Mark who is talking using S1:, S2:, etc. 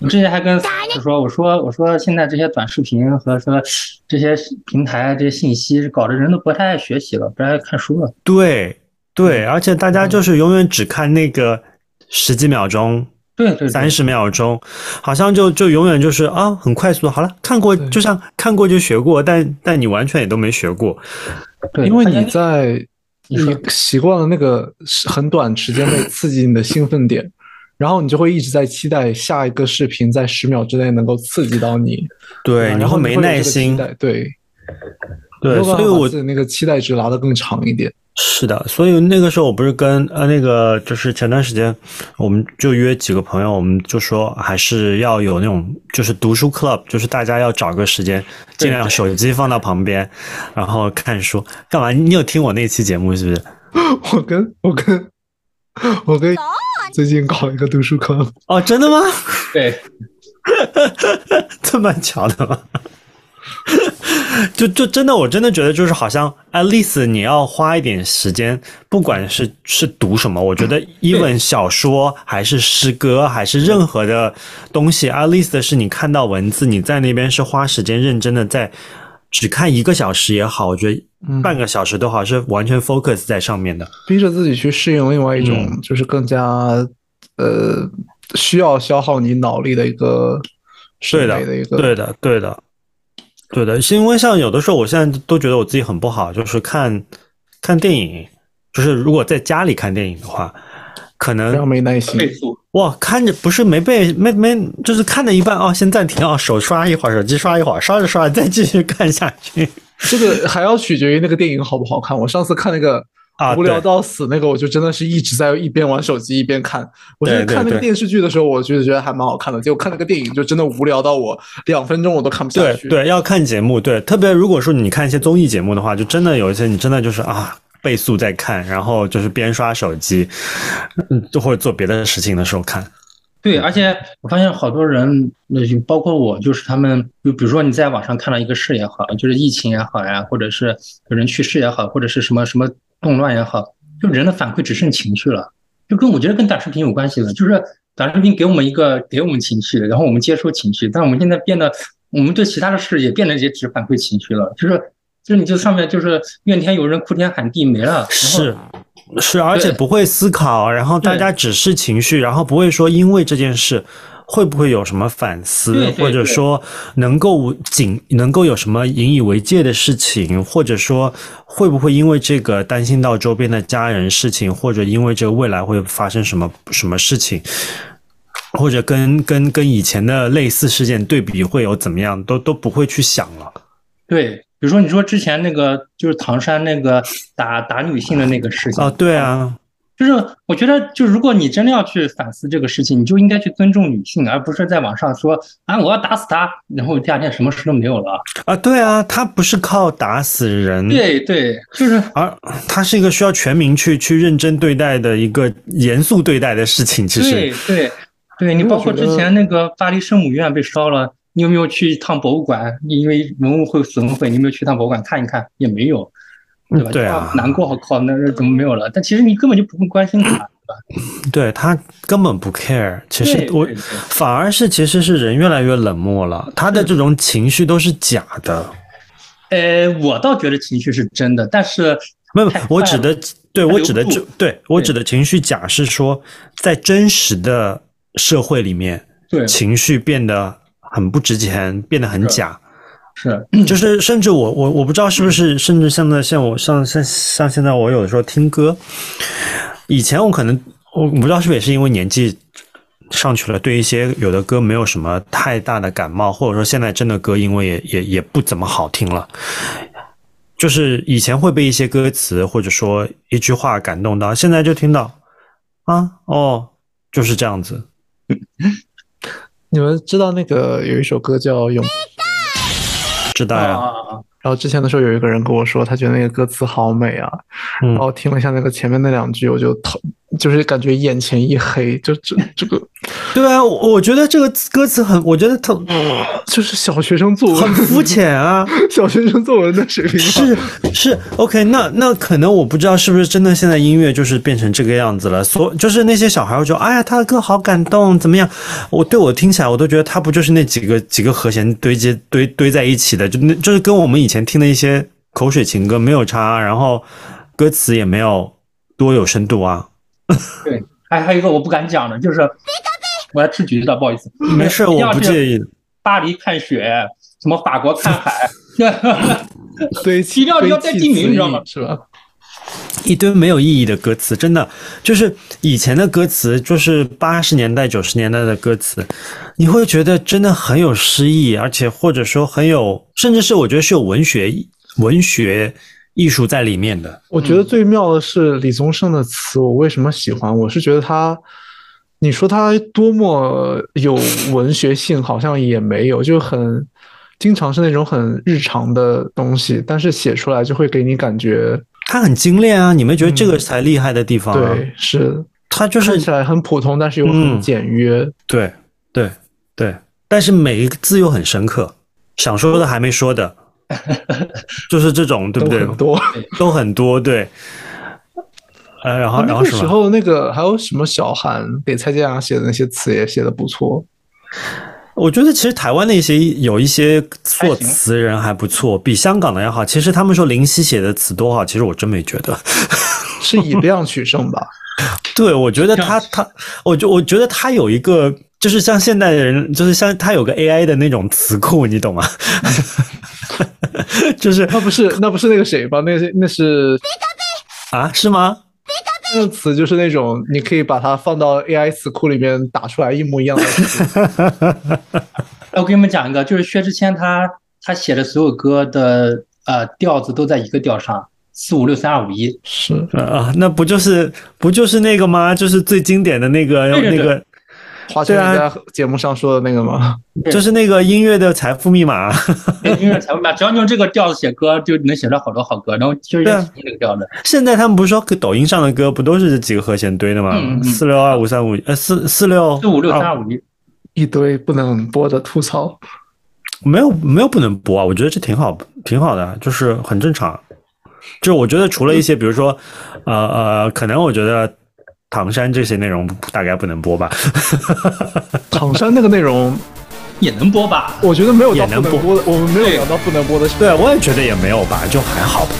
S1: 我之前还跟说，我说我说现在这些短视频和说这些平台这些信息，搞得人都不太爱学习了，不太爱看书了。
S2: 对对，
S3: 嗯
S2: 而且大家就是永远只看那个十几秒钟。
S1: 对对，
S2: 三十秒钟，好像就就永远就是啊，很快速。好了，看过就像看过就学过，但但你完全也都没学过。
S1: 对，
S3: 因为你在
S1: 你
S3: 你
S1: 说
S3: 习惯了那个很短时 间内刺激你的兴奋点，然后你就会一直在期待下一个视频在十秒之内能够刺激到你，啊
S2: 对，嗯
S3: 然
S2: 然
S3: 后
S2: 没
S3: 你会有
S2: 耐
S3: 这个期
S2: 心。
S3: 待对，
S2: 对，
S3: 没有
S2: 所
S3: 办
S2: 以
S3: 法把
S2: 我
S3: 自己那个期待值拉得更长一点。
S2: 是的，所以那个时候我不是跟呃那个就是前段时间我们就约几个朋友，我们就说还是要有那种就是读书 club，就是大家要找个时间，尽量手机放到旁边，然后看书干嘛？你有听我那期节目是不是？
S3: 我跟我跟我跟最近搞一个读书课，
S2: 哦，真的吗？
S1: 对，
S2: 这蛮巧的吗？就就真的，我真的觉得就是好像，at least 你要花一点时间，不管是是读什么，我觉得 even 小说还是诗歌还是任何的东西，at least 是你看到文字，你在那边是花时间认真的在，只看一个小时也好，我觉得
S3: 嗯
S2: 半个小时都好，是完全 focus 在上面的。
S3: 逼着自己去适应另外一
S2: 嗯
S3: 种，就是更加呃需要消耗你脑力的一个
S2: 对
S3: 审
S2: 的
S3: 美的一，个
S2: 对的，对的，对的。是因为像有的时候，我现在都觉得我自己很不好，就是看看电影，就是如果在家里看电影的话，可
S3: 非常
S2: 能
S3: 没耐心。
S1: 倍速。
S2: 哇，看着不是没被没没，就是看着一半哦，先暂停哦，手刷一会儿，手机刷一会儿，刷着刷着再继续看下去
S3: 这个还要取决于那个电影好不好看。我上次看那个
S2: 啊，
S3: 无聊
S2: 对
S3: 到死那个，我就真的是一直在一边玩手机一边看。我
S2: 对
S3: 现在看那
S2: 对
S3: 个
S2: 对
S3: 电视剧的时候，我就觉得还蛮好看的。结果看那个电影就真的无聊到我两分钟我都看不下
S2: 对
S3: 去。，
S2: 对，要看节目，对，特别如果说你看一些综艺节目的话，就真的有一些你真的就是啊倍速在看，然后就是边刷手机，嗯，就或者做别的事情的时候看。
S1: 对，而且我发现好多人，那就包括我，就是他们，就比如说你在网上看到一个事也好，就是疫情也好呀，或者是有人去世也好，或者是什么什么动乱也好，就人的反馈只剩情绪了，就跟我觉得跟短视频有关系了，就是短视频给我们一个给我们情绪，然后我们接收情绪，但我们现在变得，我们对其他的事也变得也只反馈情绪了，就是就是你就上面就是怨天尤人、哭天喊地没了，然后
S2: 是是，而且
S1: 对
S2: 不会思考，然后大
S1: 对
S2: 家只是情绪，然后不会说因为这件事会不会有什么反思，
S1: 对对
S2: 或者
S1: 对
S2: 说能够仅能够有什么引以为戒的事情，或者说会不会因为这个担心到周边的家人事情，或者因为这个未来会发生什么什么事情。或者跟跟跟以前的类似事件对比会有怎么样，都都不会去想了。
S1: 对，比如说你说之前那个就是唐山那个打打女性的那个事情
S2: 啊，对，啊，
S1: 就是我觉得，就如果你真的要去反思这个事情，你就应该去尊重女性，而不是在网上说啊我要打死她，然后第二天什么事都没有了。
S2: 啊，对啊，他不是靠打死人，
S1: 对对，就是
S2: 而它是一个需要全民去去认真对待的一个严肃对待的事情，其
S1: 对
S2: 实
S1: 对对，你
S3: 因为
S1: 包
S3: 我
S1: 括
S3: 觉
S1: 之
S3: 得
S1: 前那个巴黎圣母院被烧了，你有没有去一趟博物馆？因为文物会损毁，你有没有去一趟博物馆看一看？也没有，对吧？
S2: 嗯对啊
S1: 难过，我靠，那呃那怎么没有了？但其实你根本就不会关心它，对吧？
S2: 对他根本不 care。其
S1: 对
S2: 实
S1: 对
S2: 我
S1: 对
S2: 反而是其实是人越来越冷漠了，他的这种情绪都是假
S1: 嗯
S2: 的。
S1: 呃，我倒觉得情绪是真的，但是
S2: 没有
S1: 太，
S2: 我
S1: 快
S2: 指
S1: 了
S2: 的对
S1: 他
S2: 我
S1: 留
S2: 指
S1: 不
S2: 的
S1: 住
S2: 就对我
S1: 对
S2: 指的情绪假是说，在真实的社会里面，
S1: 对
S2: 情绪变得很不值钱，变得很假。
S1: 是
S2: 就是甚至我我我不知道是不是，甚至现在像我像像像现在我有的时候听歌，以前我可能我我不知道是不是也是因为年纪上去了，对一些有的歌没有什么太大的感冒，或者说现在真的歌因为也也也不怎么好听了。就是以前会被一些歌词或者说一句话感动到，现在就听到啊哦，就是这样子。
S3: 你们知道那个有一首歌叫《勇》，
S2: 知道
S1: 啊
S2: 哎呀、
S1: 啊啊！
S3: 然后之前的时候有一个人跟我说，他觉得那个歌词好美啊，
S2: 嗯
S3: 然后听了一下那个前面那两句，我就头就是感觉眼前一黑，就这这个
S2: 对啊，我我觉得这个歌词很，我觉得它
S3: 就是小学生作
S2: 很
S3: 文，
S2: 肤浅啊。
S3: 小学生作文的水平吧
S2: 是是，OK，那那可能我不知道是不是真的，现在音乐就是变成这个样子了。所就是那些小孩会说，哎呀，他的歌好感动，怎么样？我对我听起来，我都觉得他不就是那几个几个和弦堆接堆堆在一起的，就那就是跟我们以前听的一些口水情歌没有差，啊然后歌词也没有多有深度啊。
S1: 对，还还有一个我不敢讲的，就是我要吃橘子的，不好意思。
S2: 没事，
S1: 一 定要
S2: 我不
S1: 去
S2: 介意。
S1: 巴黎看雪，什么法国看海，
S3: 堆砌
S1: 一定要
S3: 堆
S1: 要带
S3: 砌
S1: 地名
S3: 词
S1: 你知道
S3: 义
S1: 吗
S3: 是吧？
S2: 一堆没有意义的歌词，真的就是以前的歌词，就是八十年代、九十年代的歌词，你会觉得真的很有诗意，而且或者说很有，甚至是我觉得是有文学、文学艺术在里面的。
S3: 我觉得最妙的是李宗盛的词，我为什么喜欢？我是觉得他，你说他多么有文学性，好像也没有，就很经常是那种很日常的东西，但是写出来就会给你感觉，
S2: 它很精炼啊，你们觉得这个才厉害的地方、啊？
S3: 对，是
S2: 它就
S3: 看
S2: 是
S3: 起来很普通，但是又很
S2: 嗯
S3: 简约。
S2: 对对对，但是每一个字又很深刻，想说的还没说 的，就是这种，对
S3: 都
S2: 不对？啊
S3: 很多，
S2: 都很多，对。呃，然后然
S3: 那
S2: 后
S3: 个
S2: 什么
S3: 时？候那个还有什么小韩给蔡健雅写的那些词也写的不错，
S2: 我觉得其实台湾的一些有一些作词人还不错，比香港的要好。其实他们说林夕写的词多好，其实我真没觉得。
S3: 是 以量取胜吧？
S2: 对，我觉得他他，我就我觉得他有一个，就是像现代的人，就是像他有个 AI 的那种词库，你懂吗？就是
S3: 那不是那不是那个谁吧？那是那是
S2: 啊，是吗？
S3: 那个词就是那种你可以把它放到 AI 词库里面打出来一模一样的词。
S1: 我给你们讲一个，就是薛之谦他他写的所有歌的呃调子都在一个调上，四五六三二五一。
S3: 是，
S2: 呃啊，那不就是不就是那个吗？就是最经典的那个
S1: 对对对
S2: 那个，
S3: 华晨宇在节目上说的那个吗？
S1: 对
S2: 就是那个音乐的财富密码。
S1: 音乐才会嘛，只要你用这个调子写歌，就能写出好多好歌。然后薛之
S2: 啊
S1: 谦喜欢这个调子，
S2: 现在他们不是说抖音上的歌不都是这几个和弦堆的吗
S1: 嗯嗯嗯？
S2: 四六二五三五呃四四六
S1: 四五六三
S2: 啊
S1: 二五一。
S3: 一堆不能播的吐槽。
S2: 没有没有不能播啊，我觉得这挺好挺好的，啊就是很正常。就是我觉得除了一些比如说呃呃，可能我觉得唐山这些内容大概不能播吧。
S3: 唐山那个内容，
S1: 也能播吧？
S3: 我觉得没有到
S2: 也
S3: 不
S2: 能啊
S3: 能播的，我们没有聊到不能播的。
S2: 对，我也觉得也没有吧，就还好吧。